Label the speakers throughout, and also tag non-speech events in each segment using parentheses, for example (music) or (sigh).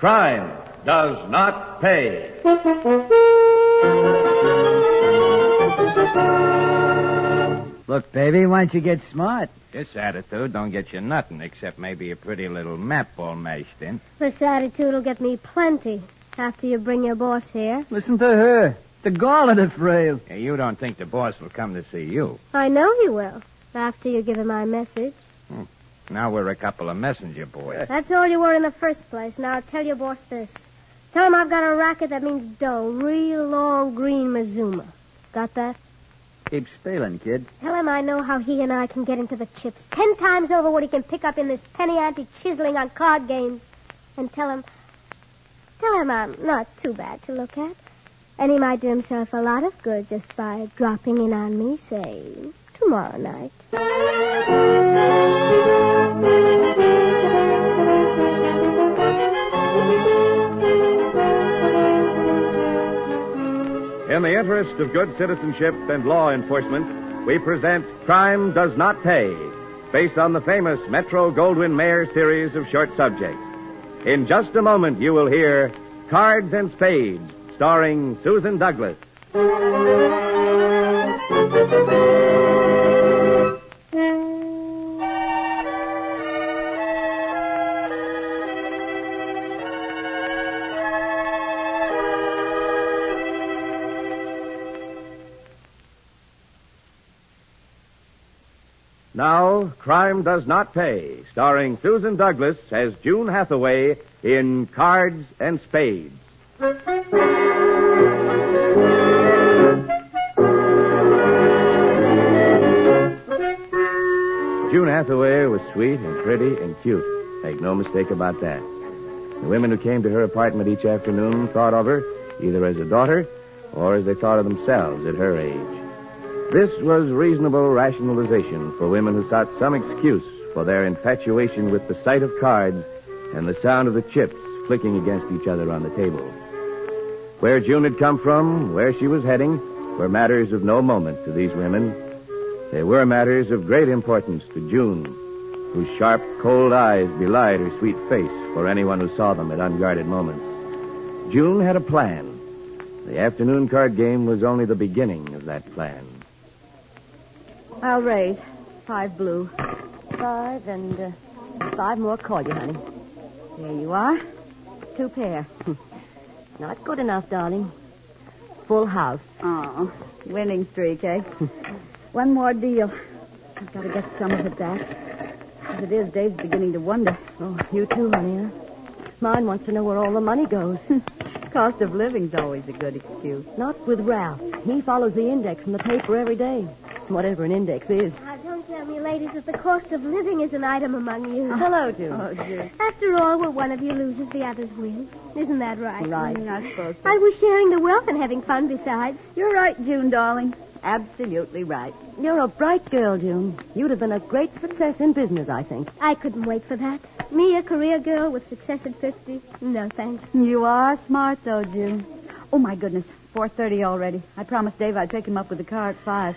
Speaker 1: Crime does not pay.
Speaker 2: Look, baby, why don't you get smart?
Speaker 3: This attitude don't get you nothing except maybe a pretty little map all mashed in.
Speaker 4: This attitude will get me plenty after you bring your boss here.
Speaker 2: Listen to her. The gall of the frail.
Speaker 3: Hey, you don't think the boss will come to see you.
Speaker 4: I know he will after you give him my message.
Speaker 3: Now we're a couple of messenger boys.
Speaker 4: That's all you were in the first place. Now I'll tell your boss this. Tell him I've got a racket that means dough. Real long green Mizuma. Got that?
Speaker 2: Keep spailing, kid.
Speaker 4: Tell him I know how he and I can get into the chips. Ten times over what he can pick up in this penny ante chiseling on card games. And tell him. Tell him I'm not too bad to look at. And he might do himself a lot of good just by dropping in on me, say, tomorrow night.
Speaker 1: In the interest of good citizenship and law enforcement, we present Crime Does Not Pay, based on the famous Metro Goldwyn Mayer series of short subjects. In just a moment, you will hear Cards and Spades, starring Susan Douglas. Now, Crime Does Not Pay, starring Susan Douglas as June Hathaway in Cards and Spades. June Hathaway was sweet and pretty and cute. Make no mistake about that. The women who came to her apartment each afternoon thought of her either as a daughter or as they thought of themselves at her age. This was reasonable rationalization for women who sought some excuse for their infatuation with the sight of cards and the sound of the chips clicking against each other on the table. Where June had come from, where she was heading, were matters of no moment to these women. They were matters of great importance to June, whose sharp, cold eyes belied her sweet face for anyone who saw them at unguarded moments. June had a plan. The afternoon card game was only the beginning of that plan.
Speaker 5: I'll raise. Five blue. Five and uh, five more cordial, honey. There you are. Two pair. (laughs) Not good enough, darling. Full house.
Speaker 6: Oh, winning streak,
Speaker 5: (laughs)
Speaker 6: eh? One more deal. I've got to get some of it back. As it is, Dave's beginning to wonder.
Speaker 5: Oh, you too, honey. Huh? Mine wants to know where all the money goes.
Speaker 6: (laughs) Cost of living's always a good excuse.
Speaker 5: Not with Ralph. He follows the index in the paper every day. Whatever an index
Speaker 6: (laughs)
Speaker 5: is.
Speaker 4: Now, Ah, don't tell me, ladies, that the cost of living is an item among you.
Speaker 5: Hello, June.
Speaker 6: Oh, dear.
Speaker 4: After all, where one of you loses, the others win. Isn't that right?
Speaker 5: Right.
Speaker 6: Not supposed to.
Speaker 4: And we're sharing the wealth and having fun besides.
Speaker 6: You're right, June, darling. Absolutely right.
Speaker 5: You're a bright girl, June. You'd have been a great success in business, I think.
Speaker 4: I couldn't wait for that. Me, a career girl with success at 50? No, thanks.
Speaker 6: You are smart, though, June. Oh, my goodness. 4.30 already. I promised Dave I'd pick him up with the car at 5.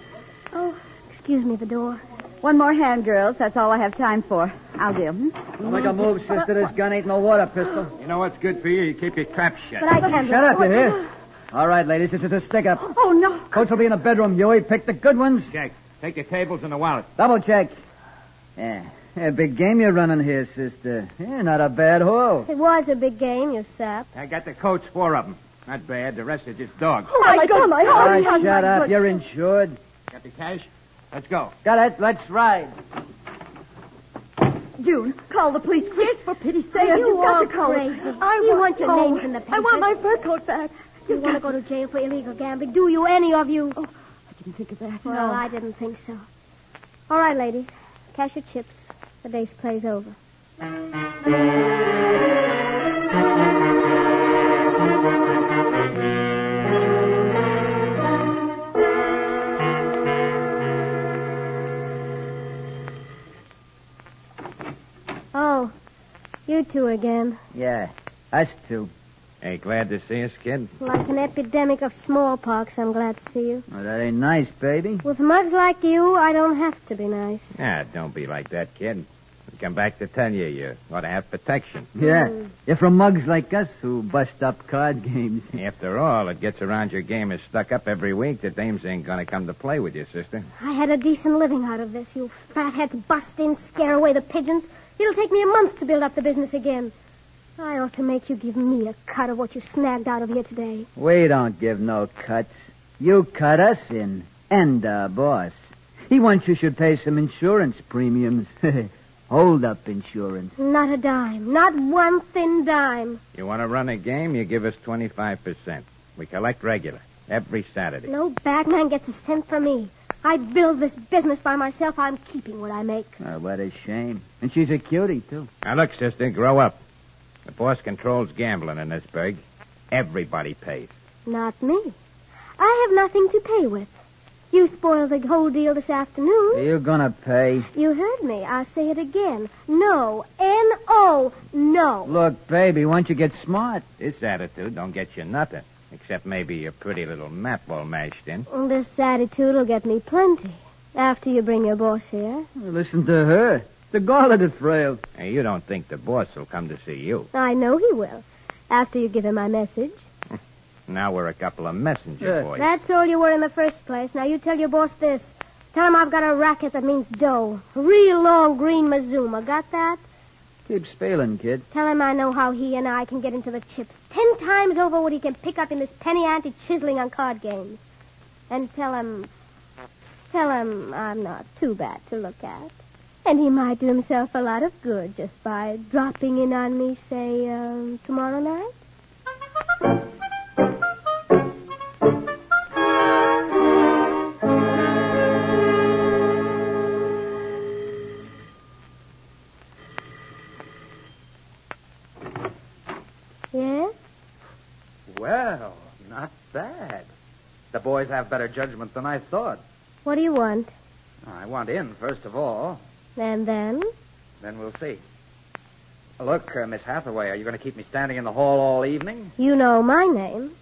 Speaker 4: Oh, excuse me, the door.
Speaker 6: One more hand, girls. That's all I have time for. I'll do. Hmm?
Speaker 2: Make a Oh, move, sister. This gun ain't no water pistol.
Speaker 3: You know what's good for you? You keep your trap shut.
Speaker 4: But I can't.
Speaker 2: Shut up, you hear? All right, ladies, this is a stick up.
Speaker 6: Oh, no.
Speaker 2: Coach will be in the bedroom. Huey, pick the good ones.
Speaker 3: Jack, take the tables and the wallet.
Speaker 2: Double check. Yeah. Yeah, big game you're running here, sister. Yeah, not a bad haul.
Speaker 4: It was a big game, you sap.
Speaker 3: I got the coats, four of them. Not bad. The rest are just dogs.
Speaker 6: Oh, my God. My
Speaker 2: All
Speaker 6: heart.
Speaker 2: right, shut up. You're insured.
Speaker 3: Got the cash? Let's go.
Speaker 2: Got it. Let's ride.
Speaker 6: June, call the police. Yes, for pity's sake.
Speaker 4: Yes,
Speaker 6: you
Speaker 4: you
Speaker 6: have got
Speaker 4: are
Speaker 6: to call it.
Speaker 4: crazy.
Speaker 6: I
Speaker 4: You want your
Speaker 6: oh,
Speaker 4: names in the
Speaker 6: I want my
Speaker 4: papers.
Speaker 6: fur coat back.
Speaker 4: You want to go to jail for illegal gambling? Do you, any of you?
Speaker 5: Oh,
Speaker 6: I didn't think of that.
Speaker 4: well, I didn't think so. All right, ladies. Cash your chips. The day's play's over. Oh, you two again.
Speaker 2: Yeah, us two.
Speaker 3: Hey, glad to see us, kid.
Speaker 4: Like an epidemic of smallpox, I'm glad to see you.
Speaker 2: Well, Oh, that ain't nice, baby.
Speaker 4: With mugs like you, I don't have to be nice.
Speaker 3: Ah, don't be like that, kid. We Come back to tell you you ought to have protection.
Speaker 2: Yeah. You're from mugs like us who bust up card games.
Speaker 3: After all, it gets around your game is stuck up every week. The dames ain't going to come to play with you, sister.
Speaker 4: I had a decent living out of this. You fatheads bust in, scare away the pigeons. It'll take me a month to build up the business again. I ought to make you give me a cut of what you snagged out of here today.
Speaker 2: We don't give no cuts. You cut us in, and our boss. He wants you should pay some insurance premiums. (laughs) Hold up insurance.
Speaker 4: Not a dime. Not one thin dime.
Speaker 3: You want to run a game, you give us 25%. We collect regular, every Saturday.
Speaker 4: No bagman gets a cent from me. I build this business by myself. I'm keeping what I make.
Speaker 2: Oh, what a shame. And she's a cutie, too.
Speaker 3: Now, look, sister, grow up. The boss controls gambling in this burg. Everybody pays.
Speaker 4: Not me. I have nothing to pay with. You spoiled the whole deal this afternoon.
Speaker 2: Are you gonna pay?
Speaker 4: You heard me. I'll say it again. No. N-O. No.
Speaker 2: Look, baby, why don't you get smart?
Speaker 3: This attitude don't get you nothing, except maybe your pretty little map all mashed in.
Speaker 4: This attitude will get me plenty after you bring your boss here.
Speaker 2: Listen to her. The gall of the frail.
Speaker 3: Hey, you don't think the boss will come to see you.
Speaker 4: I know he will after you give him my message.
Speaker 3: Now we're a couple of messenger
Speaker 2: Yeah.
Speaker 3: boys.
Speaker 4: That's all you were in the first place. Now you tell your boss this. Tell him I've got a racket that means dough. Real long green Mazuma. Got that?
Speaker 2: Keep spailing, kid.
Speaker 4: Tell him I know how he and I can get into the chips. Ten times over what he can pick up in this penny ante chiseling on card games. And tell him. Tell him I'm not too bad to look at. And he might do himself a lot of good just by dropping in on me, say, um, tomorrow night. Yes?
Speaker 7: Well, not bad. The boys have better judgment than I thought.
Speaker 4: What do you want?
Speaker 7: I want in, first of all.
Speaker 4: And then?
Speaker 7: Then we'll see. Look, uh, Miss Hathaway, are you going to keep me standing in the hall all evening?
Speaker 4: You know my name.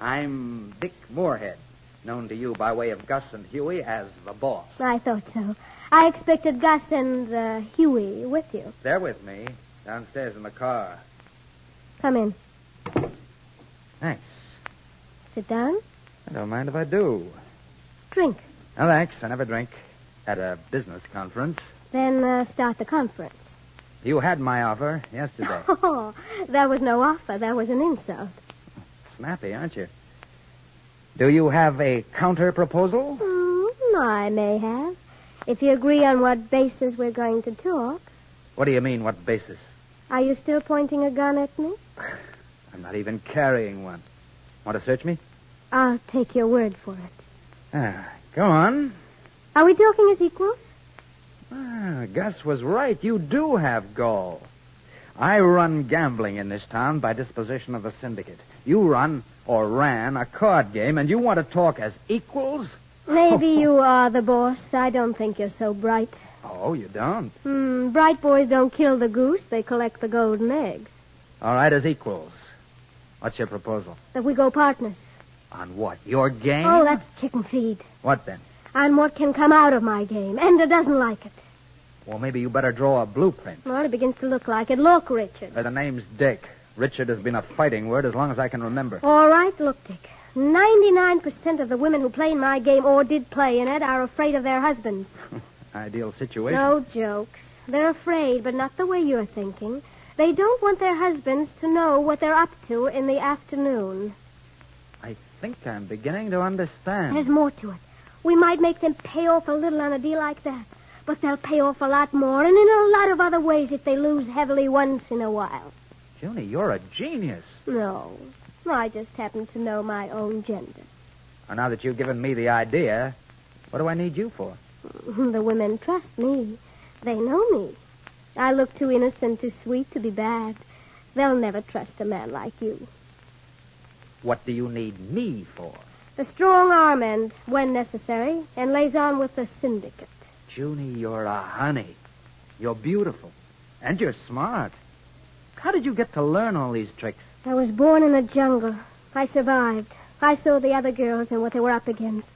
Speaker 7: I'm Dick Moorhead, known to you by way of Gus and Huey as the boss.
Speaker 4: I thought so. I expected Gus and uh, Huey with you.
Speaker 7: They're with me downstairs in the car.
Speaker 4: Come in.
Speaker 7: Thanks.
Speaker 4: Sit down.
Speaker 7: I don't mind if I do.
Speaker 4: Drink.
Speaker 7: No, thanks. I never drink. At a business conference.
Speaker 4: Then uh, start the conference.
Speaker 7: You had my offer
Speaker 4: (laughs)
Speaker 7: yesterday.
Speaker 4: Oh, that was no offer. That was an insult.
Speaker 7: Snappy, aren't you? Do you have a counter proposal?
Speaker 4: Mm, I may have. If you agree on what basis we're going to talk,
Speaker 7: What do you mean, what basis?
Speaker 4: are you still pointing a gun at me?
Speaker 7: I'm not even carrying one. Want to search me?
Speaker 4: I'll take your word for it.
Speaker 7: Ah, go on.
Speaker 4: Are we talking as equals?
Speaker 7: Ah, Gus was right. You do have gall. I run gambling in this town by disposition of the syndicate. You run or ran a card game, and you want to talk as equals?
Speaker 4: Maybe you are the boss. I don't think you're so bright.
Speaker 7: Oh, you don't.
Speaker 4: Hmm, bright boys don't kill the goose. They collect the golden eggs.
Speaker 7: All right, as equals. What's your proposal?
Speaker 4: That we go partners.
Speaker 7: On what? Your game?
Speaker 4: Oh, that's chicken feed.
Speaker 7: What then?
Speaker 4: On what can come out of my game. Ender doesn't like it.
Speaker 7: Well, maybe you better draw a blueprint.
Speaker 4: Well, it begins to look like it. Look, Richard.
Speaker 7: Uh, the name's Dick. Richard has been a fighting word as long as I can remember.
Speaker 4: All right, look, Dick. 99% of the women who play in my game or did play in it are afraid of their husbands.
Speaker 7: Ideal situation.
Speaker 4: No jokes. They're afraid, but not the way you're thinking. They don't want their husbands to know what they're up to in the afternoon.
Speaker 7: I think I'm beginning to understand.
Speaker 4: There's more to it. We might make them pay off a little on a deal like that, but they'll pay off a lot more and in a lot of other ways if they lose heavily once in a while.
Speaker 7: Junie, you're a genius.
Speaker 4: No. I just happen to know my own gender.
Speaker 7: Well, now that you've given me the idea, what do I need you for?
Speaker 4: The women trust me. They know me. I look too innocent, too sweet to be bad. They'll never trust a man like you.
Speaker 7: What do you need me for?
Speaker 4: The strong arm end, when necessary, and lays on with the syndicate.
Speaker 7: Junie, you're a honey. You're beautiful. And you're smart. How did you get to learn all these tricks?
Speaker 4: I was born in a jungle. I survived. I saw the other girls and what they were up against.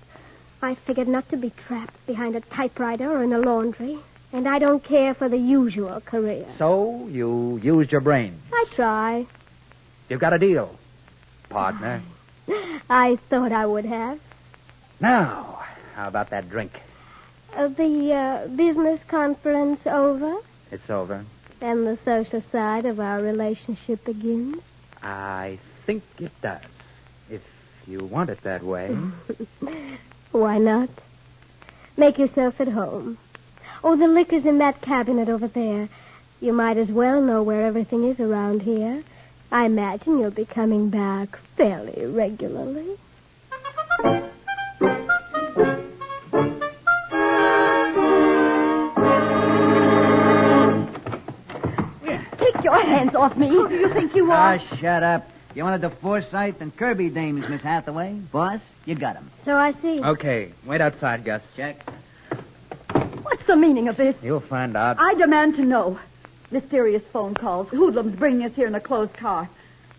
Speaker 4: I figured not to be trapped behind a typewriter or in a laundry. And I don't care for the usual career.
Speaker 7: So you used your brain.
Speaker 4: I try.
Speaker 7: You got a deal, partner.
Speaker 4: I thought I would have.
Speaker 7: Now, how about that drink?
Speaker 4: Uh, the uh, business conference over,
Speaker 7: It's over.
Speaker 4: and the social side of our relationship begins.
Speaker 7: I think it does. If you want it that way.
Speaker 4: Why not? Make yourself at home. Oh, the liquor's in that cabinet over there. You might as well know where everything is around here. I imagine you'll be coming back fairly regularly.
Speaker 5: Take your hands off me. Who
Speaker 6: Oh,
Speaker 5: do you think you
Speaker 2: Ah,
Speaker 5: are?
Speaker 2: shut up. You wanted the Forsyth and Kirby dames, Miss Hathaway. Boss, you got 'em.
Speaker 4: So I see.
Speaker 7: Uh, Okay, wait outside, Gus.
Speaker 2: Check.
Speaker 5: What's the meaning of this?
Speaker 7: You'll find out.
Speaker 6: I demand to know. Mysterious phone calls. Hoodlums bringing us here in a closed car.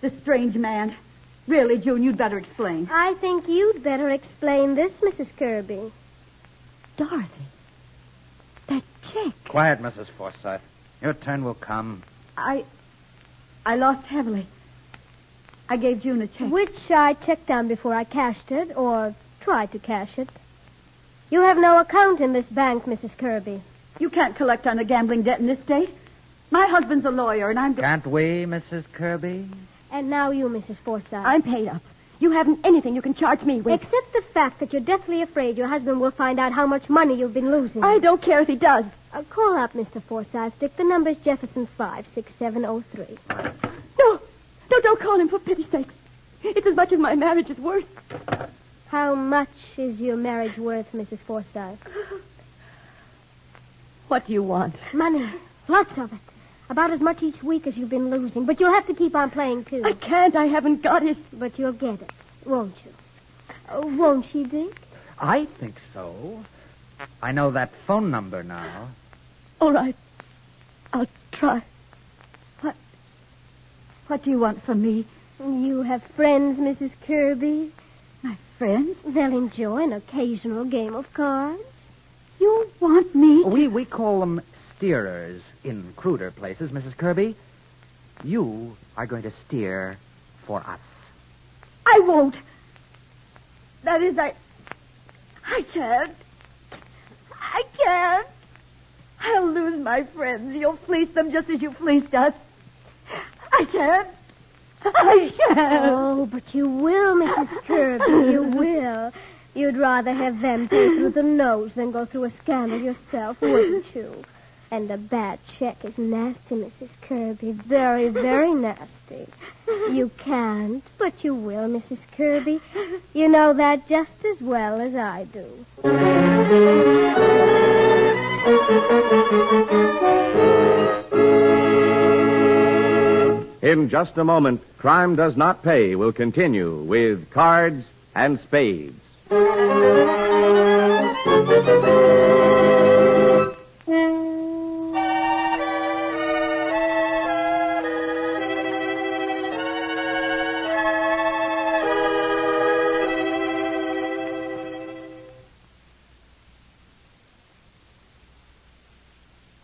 Speaker 6: This strange man. Really, June, you'd better explain.
Speaker 4: I think you'd better explain this, Mrs. Kirby.
Speaker 5: Dorothy. That check.
Speaker 7: Quiet, Mrs. Forsyth. Your turn will come.
Speaker 6: I. I lost heavily. I gave June a check.
Speaker 4: Which I checked on before I cashed it, or tried to cash it. You have no account in this bank, Mrs. Kirby.
Speaker 6: You can't collect on a gambling debt in this state. My husband's a lawyer, and I'm.
Speaker 7: Can't we, Mrs. Kirby?
Speaker 4: And now you, Mrs. Forsyth.
Speaker 5: I'm paid up. You haven't anything you can charge me with.
Speaker 4: Except the fact that you're deathly afraid your husband will find out how much money you've been losing.
Speaker 5: I don't care if he does.
Speaker 4: Uh, call up Mr. Forsyth, Dick. The number's Jefferson 56703.
Speaker 5: No. No, don't call him for pity's sake. It's as much as my marriage is worth.
Speaker 4: How much is your marriage worth, Mrs. Forsyth?
Speaker 5: What do you want?
Speaker 4: Money. Lots of it. About as much each week as you've been losing. But you'll have to keep on playing, too.
Speaker 5: I can't. I haven't got it.
Speaker 4: But you'll get it, won't you? Uh, won't she, Dick?
Speaker 7: I think so. I know that phone number now.
Speaker 5: All right. I'll try.
Speaker 6: What do you want from me?
Speaker 4: You have friends, Mrs. Kirby.
Speaker 6: My friend?
Speaker 4: They'll enjoy an occasional game of cards.
Speaker 6: You want me?
Speaker 7: We we call them steerers in cruder places, Mrs. Kirby. You are going to steer for us.
Speaker 6: I won't. That is, I. I can't. I can't. I'll lose my friends. You'll fleece them just as you fleeced us. I can't. I can't.
Speaker 4: Oh, but you will, Mrs. Kirby. You will. You'd rather have them pay through the nose than go through a scandal yourself, wouldn't you? And a bad check is nasty, Mrs. Kirby. Very, very nasty. You can't, but you will, Mrs. Kirby. You know that just as well as I do.
Speaker 1: In just a moment, Crime Does Not Pay will continue with Cards and Spades.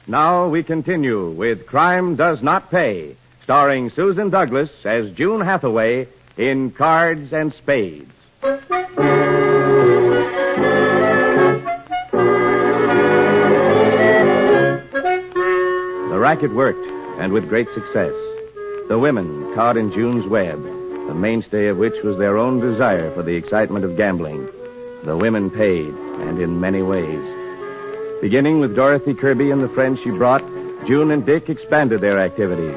Speaker 1: Now we continue with Crime Does Not Pay, starring Susan Douglas as June Hathaway in Cards and Spades. The racket worked, and with great success. The women caught in June's web, the mainstay of which was their own desire for the excitement of gambling. The women paid, and in many ways. Beginning with Dorothy Kirby and the friends she brought, June and Dick expanded their activities.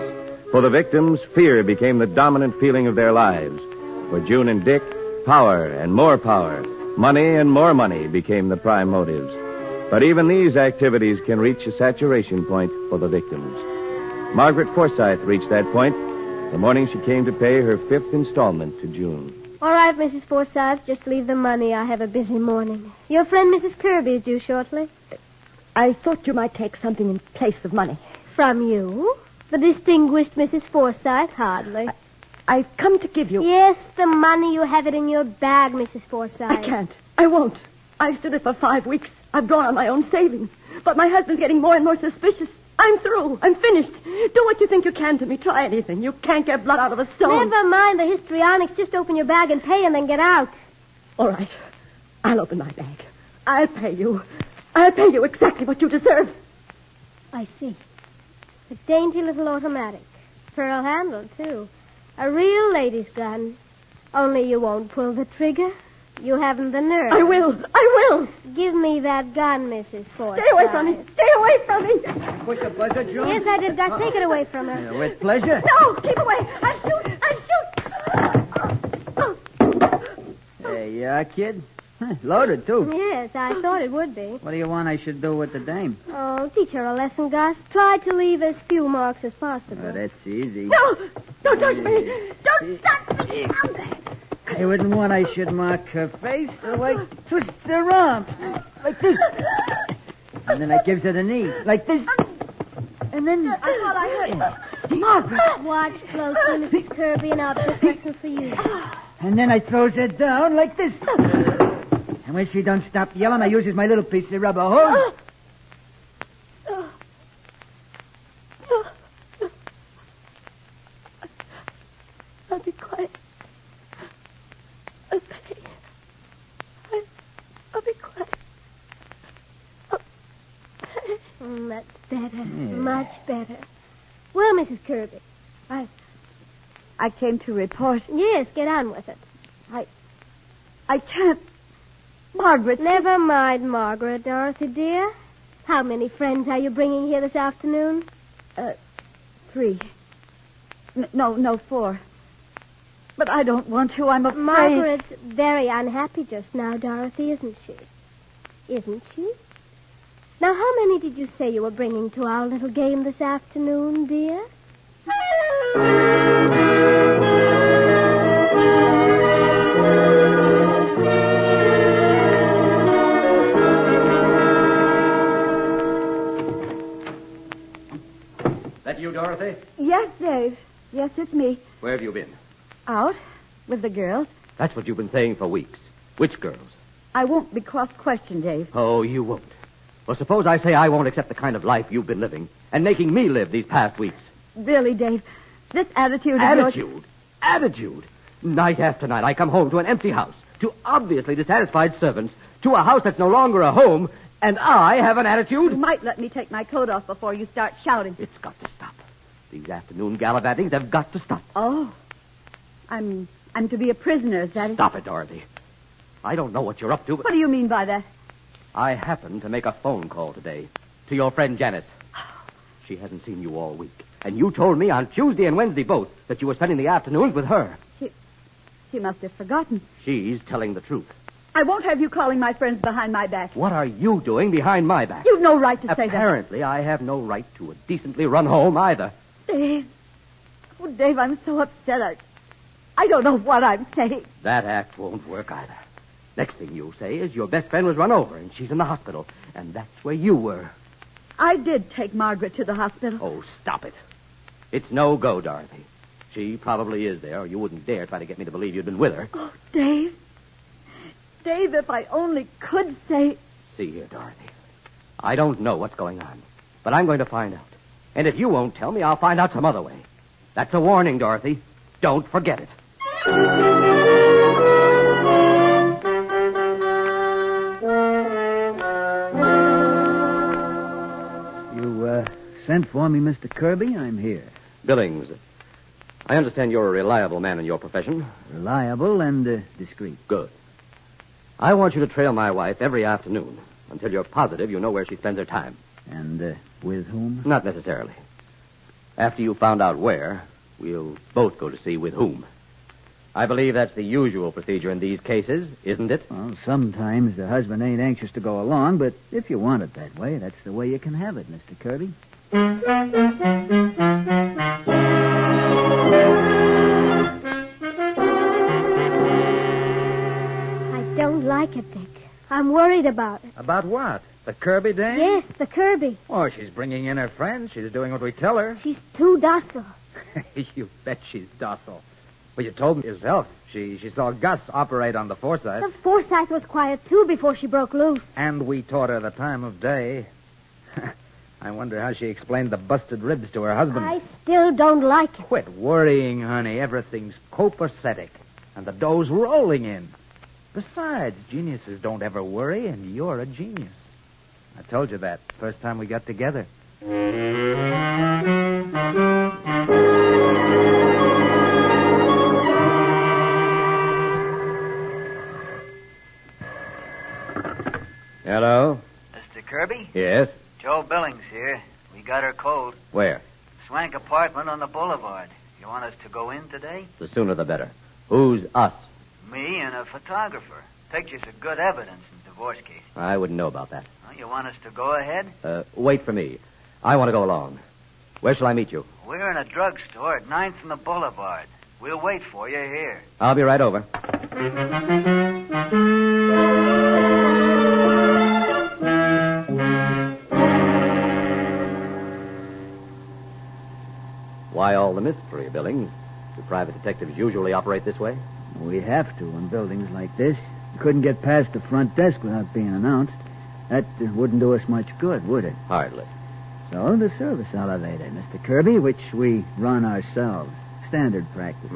Speaker 1: For the victims, fear became the dominant feeling of their lives. For June and Dick, power and more power, money and more money became the prime motives. But even these activities can reach a saturation point for the victims. Margaret Forsythe reached that point the morning she came to pay her fifth installment to June.
Speaker 4: All right, Mrs. Forsyth, just leave the money. I have a busy morning. Your friend Mrs. Kirby is due shortly.
Speaker 5: I thought you might take something in place of money.
Speaker 4: From you? The distinguished Mrs. Forsyth, hardly.
Speaker 5: I've come to give you.
Speaker 4: Yes, the money. You have it in your bag, Mrs. Forsyth.
Speaker 5: I can't. I won't. I've stood it for five weeks. I've drawn on my own savings.
Speaker 8: But my husband's getting more and more suspicious. I'm through. I'm finished. Do what you think you can to me. Try anything. You can't get blood out of a stone.
Speaker 4: Never mind the histrionics. Just open your bag and pay and then get out.
Speaker 8: All right. I'll open my bag. I'll pay you. I'll pay you exactly what you deserve.
Speaker 4: I see. A dainty little automatic. Pearl handle, too. A real lady's gun. Only you won't pull the trigger. You haven't the nerve.
Speaker 8: I will. I will.
Speaker 4: Give me that gun, Mrs. Forsythe.
Speaker 8: Stay away from me. Stay away from me.
Speaker 2: Push a buzzer, June.
Speaker 4: Yes, I did, Gus. Take it away from her.
Speaker 2: Uh, with pleasure.
Speaker 8: No, keep away. I'll shoot. I'll shoot.
Speaker 2: There you are, kid. Huh, Loaded, too.
Speaker 4: Yes, I thought it would be.
Speaker 2: What do you want I should do with the dame?
Speaker 4: Oh, teach her a lesson, Gus. Try to leave as few marks as possible.
Speaker 2: Oh, that's easy.
Speaker 8: No. Don't touch me. Don't touch me.
Speaker 2: You wouldn't want I should mark her face the way twist her arm. Like this. And then I gives her the knee. Like this. And then I thought I heard Margaret.
Speaker 4: Watch closely, Mrs. Kirby, and I'll pick a lesson for you.
Speaker 2: And then I throws her down like this. And when she don't stop yelling, I uses my little piece of rubber hose.
Speaker 8: I'll be quiet. I'll pay. I, I'll be quiet.
Speaker 4: Mm, that's better. Much better. Well, Mrs. Kirby.
Speaker 6: I came to report.
Speaker 4: Yes, get on with it.
Speaker 6: I can't. Margaret.
Speaker 4: Never mind, Margaret, Dorothy, dear. How many friends are you bringing here this afternoon?
Speaker 6: Three. N- no, no, four. But I don't want to. I'm afraid.
Speaker 4: Margaret's very unhappy just now, Dorothy, isn't she? Isn't she? Now, how many did you say you were bringing to our little game this afternoon, dear?
Speaker 7: That you, Dorothy?
Speaker 6: Yes, Dave. Yes, it's me.
Speaker 7: Where have you been?
Speaker 6: Out with the girls.
Speaker 7: That's what you've been saying for weeks. Which girls?
Speaker 6: I won't be cross-questioned, Dave.
Speaker 7: Oh, you won't. Well, suppose I say I won't accept the kind of life you've been living and making me live these past weeks.
Speaker 6: Really, Dave. This attitude of yours-
Speaker 7: Attitude. Attitude. Night after night, I come home to an empty house, to obviously dissatisfied servants, to a house that's no longer a home, and I have an
Speaker 6: You
Speaker 7: attitude.
Speaker 6: might let me take my coat off before you start shouting.
Speaker 7: It's got to stop. These afternoon gallivantings have got to stop.
Speaker 6: Oh. I'm I'm to be a prisoner, is that it?
Speaker 7: Stop it, Dorothy. I don't know what you're up to, but
Speaker 6: What do you mean by that?
Speaker 7: I happened to make a phone call today to your friend Janice. She hasn't seen you all week, and you told me on Tuesday and Wednesday both that you were spending the afternoons with her.
Speaker 6: She must have forgotten.
Speaker 7: She's telling the truth.
Speaker 6: I won't have you calling my friends behind my back.
Speaker 7: What are you doing behind my back?
Speaker 6: You've no right to say that.
Speaker 7: Apparently, I have no right to a decently run home either.
Speaker 6: Dave. Oh, Dave, I'm so upset. I, I don't know what I'm saying.
Speaker 7: That act won't work either. Next thing you'll say is your best friend was run over and she's in the hospital, and that's where you were.
Speaker 6: I did take Margaret to the hospital.
Speaker 7: Oh, stop it. It's no go, Dorothy. She probably is there, or you wouldn't dare try to get me to believe you'd been with her.
Speaker 6: Dave. Dave, if I only could say.
Speaker 7: See here, Dorothy. I don't know what's going on, but I'm going to find out. And if you won't tell me, I'll find out some other way. That's a warning, Dorothy. Don't forget it.
Speaker 2: You uh, sent for me, Mr. Kirby. I'm here.
Speaker 7: Billings, I understand you're a reliable man in your profession.
Speaker 2: Reliable and uh, discreet.
Speaker 7: Good. I want you to trail my wife every afternoon until you're positive you know where she spends her time.
Speaker 2: And uh, with whom?
Speaker 7: Not necessarily. After you found out where, we'll both go to see with whom. I believe that's the usual procedure in these cases, isn't it?
Speaker 2: Well, sometimes the husband ain't anxious to go along, but if you want it that way, that's the way you can have it, Mr. Kirby.
Speaker 4: I don't like it, Dick. I'm worried about it.
Speaker 9: About what? The Kirby dame?
Speaker 4: Yes, the Kirby.
Speaker 9: Oh, she's bringing in her friends. She's doing what we tell her. (laughs)
Speaker 4: She's too docile.
Speaker 9: you bet she's docile. Well, you told me yourself. She she saw Gus operate on the Forsyth,
Speaker 4: The Forsythe was quiet, too, before she broke loose.
Speaker 9: and we taught her the time of day. (laughs)
Speaker 7: I wonder how she explained the busted ribs to her husband.
Speaker 4: I still don't like it.
Speaker 7: Quit worrying, honey. Everything's copacetic, and the dough's rolling in. Besides, geniuses don't ever worry, and you're a genius. I told you that first time we got together. Hello?
Speaker 2: Mr. Kirby,
Speaker 7: Yes?
Speaker 2: Joe Billings here. We got her cold.
Speaker 3: Where?
Speaker 2: Swank apartment on the boulevard. You want us to go in today?
Speaker 3: The sooner the better. Who's us?
Speaker 2: Me and a photographer. Pictures are good evidence in divorce cases.
Speaker 3: I wouldn't know about that.
Speaker 2: Well, you want us to go ahead?
Speaker 3: Uh, wait for me. I want to go along. Where shall I meet you?
Speaker 2: We're in a drugstore at 9th and the Boulevard. We'll wait for you here.
Speaker 3: I'll be right over. Why all the mystery, Billings? Do private detectives usually operate this way?
Speaker 2: We have to in buildings like this. You couldn't get past the front desk without being announced. That uh, wouldn't do us much good, would it?
Speaker 3: Hardly.
Speaker 2: So the service elevator, Mr. Kirby, which we run ourselves. Standard practice.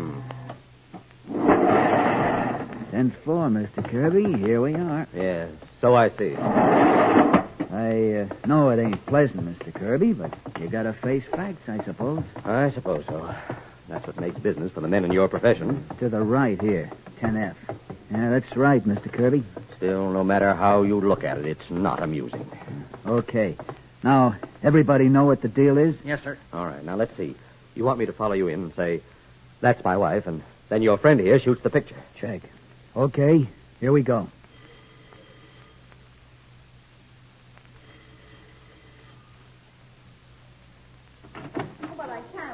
Speaker 2: Tenth floor, Mr. Kirby. Here we are.
Speaker 3: Yes, so I see.
Speaker 2: I uh, know it ain't pleasant, Mr. Kirby, but you gotta face facts, I suppose.
Speaker 3: I suppose so. That's what makes business for the men in your profession.
Speaker 2: To the right here, 10F. Yeah, that's right, Mr. Kirby.
Speaker 3: Still, no matter how you look at it, it's not amusing.
Speaker 2: Okay. Now, everybody know what the deal is?
Speaker 7: Yes, sir.
Speaker 3: All right, now let's see. You want me to follow you in and say, that's my wife, and then your friend here shoots the picture.
Speaker 2: Check. Okay, here we go.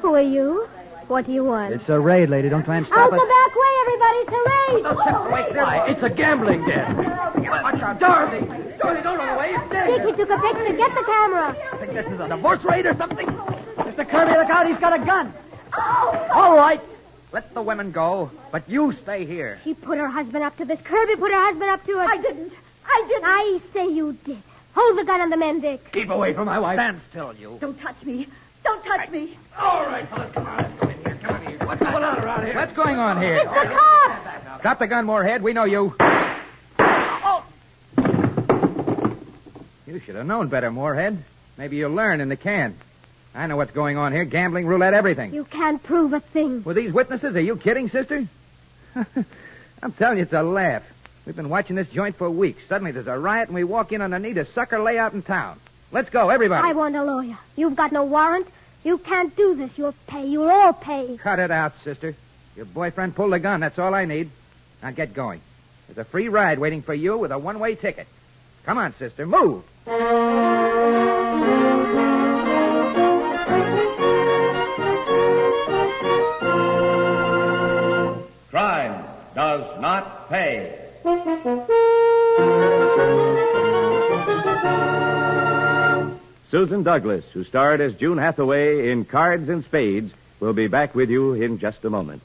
Speaker 4: Who are you? What do you want?
Speaker 2: It's a raid, lady. Don't try and
Speaker 4: Out
Speaker 2: stop
Speaker 4: the
Speaker 2: us.
Speaker 4: back way, everybody. It's a raid.
Speaker 7: it's a gambling den. Watch out, Dorothy! Dorothy, don't run away. It's
Speaker 4: I think he took a picture. Get the camera.
Speaker 7: think this is a divorce raid or something. Mr. Kirby, look out. He's got a gun. All right. Let the women go, but you stay here.
Speaker 4: She put her husband up to this. Kirby put her husband up to it.
Speaker 6: I didn't. I didn't.
Speaker 4: I say you did. Hold the gun on the men, Dick.
Speaker 7: Keep away from my wife. Stand still, you.
Speaker 6: Don't touch me. Don't touch me.
Speaker 7: All right, fellas, come on. Let's go in here. Come on here. What's going on around here? What's going on here?
Speaker 4: The cops!
Speaker 7: Drop the gun, Moorhead. We know you. You should have known better, Moorhead. Maybe you'll learn in the can. I know what's going on here. Gambling, roulette, everything.
Speaker 4: You can't prove a thing.
Speaker 7: With these witnesses, are you kidding, sister? (laughs) I'm telling you, it's a laugh. We've been watching this joint for weeks. Suddenly there's a riot and we walk in on the neatest sucker layout in town. Let's go, everybody.
Speaker 4: I want a lawyer. You've got no warrant. You can't do this. You'll pay. You'll all pay.
Speaker 7: Cut it out, sister. Your boyfriend pulled a gun. That's all I need. Now get going. There's a free ride waiting for you with a one-way ticket. Come on, sister. Move.
Speaker 10: Crime does not pay.
Speaker 1: Susan Douglas, who starred as June Hathaway in Cards and Spades, will be back with you in just a moment.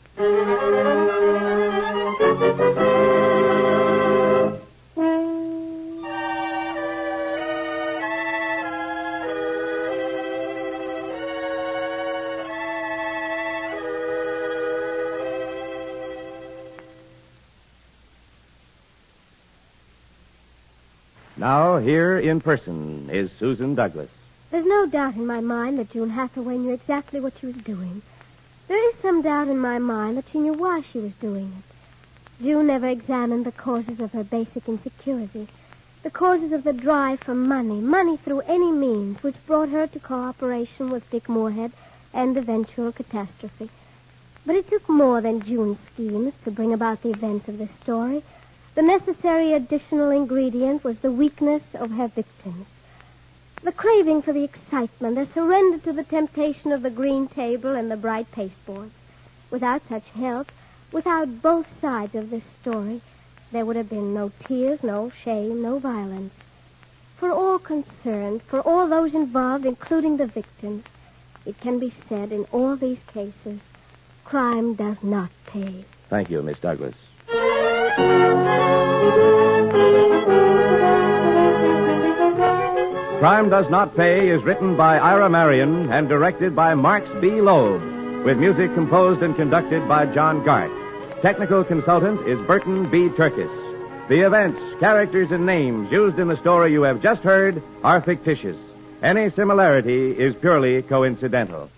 Speaker 1: Now, here in person is Susan Douglas.
Speaker 4: There's no doubt in my mind that June Hathaway knew exactly what she was doing. There is some doubt in my mind that she knew why she was doing it. June never examined the causes of her basic insecurity, the causes of the drive for money, money through any means, which brought her to cooperation with Dick Moorhead and eventual catastrophe. But it took more than June's schemes to bring about the events of this story. The necessary additional ingredient was the weakness of her victims. The craving for the excitement, the surrender to the temptation of the green table and the bright pasteboards. Without such help, without both sides of this story, there would have been no tears, no shame, no violence. For all concerned, for all those involved, including the victims, it can be said in all these cases, crime does not pay.
Speaker 1: Thank you, Miss Douglas. Crime Does Not Pay is written by Ira Marion and directed by Marks B. Loeb, with music composed and conducted by John Gart. Technical consultant is Burton B. Turkis. The events, characters, and names used in the story you have just heard are fictitious. Any similarity is purely coincidental.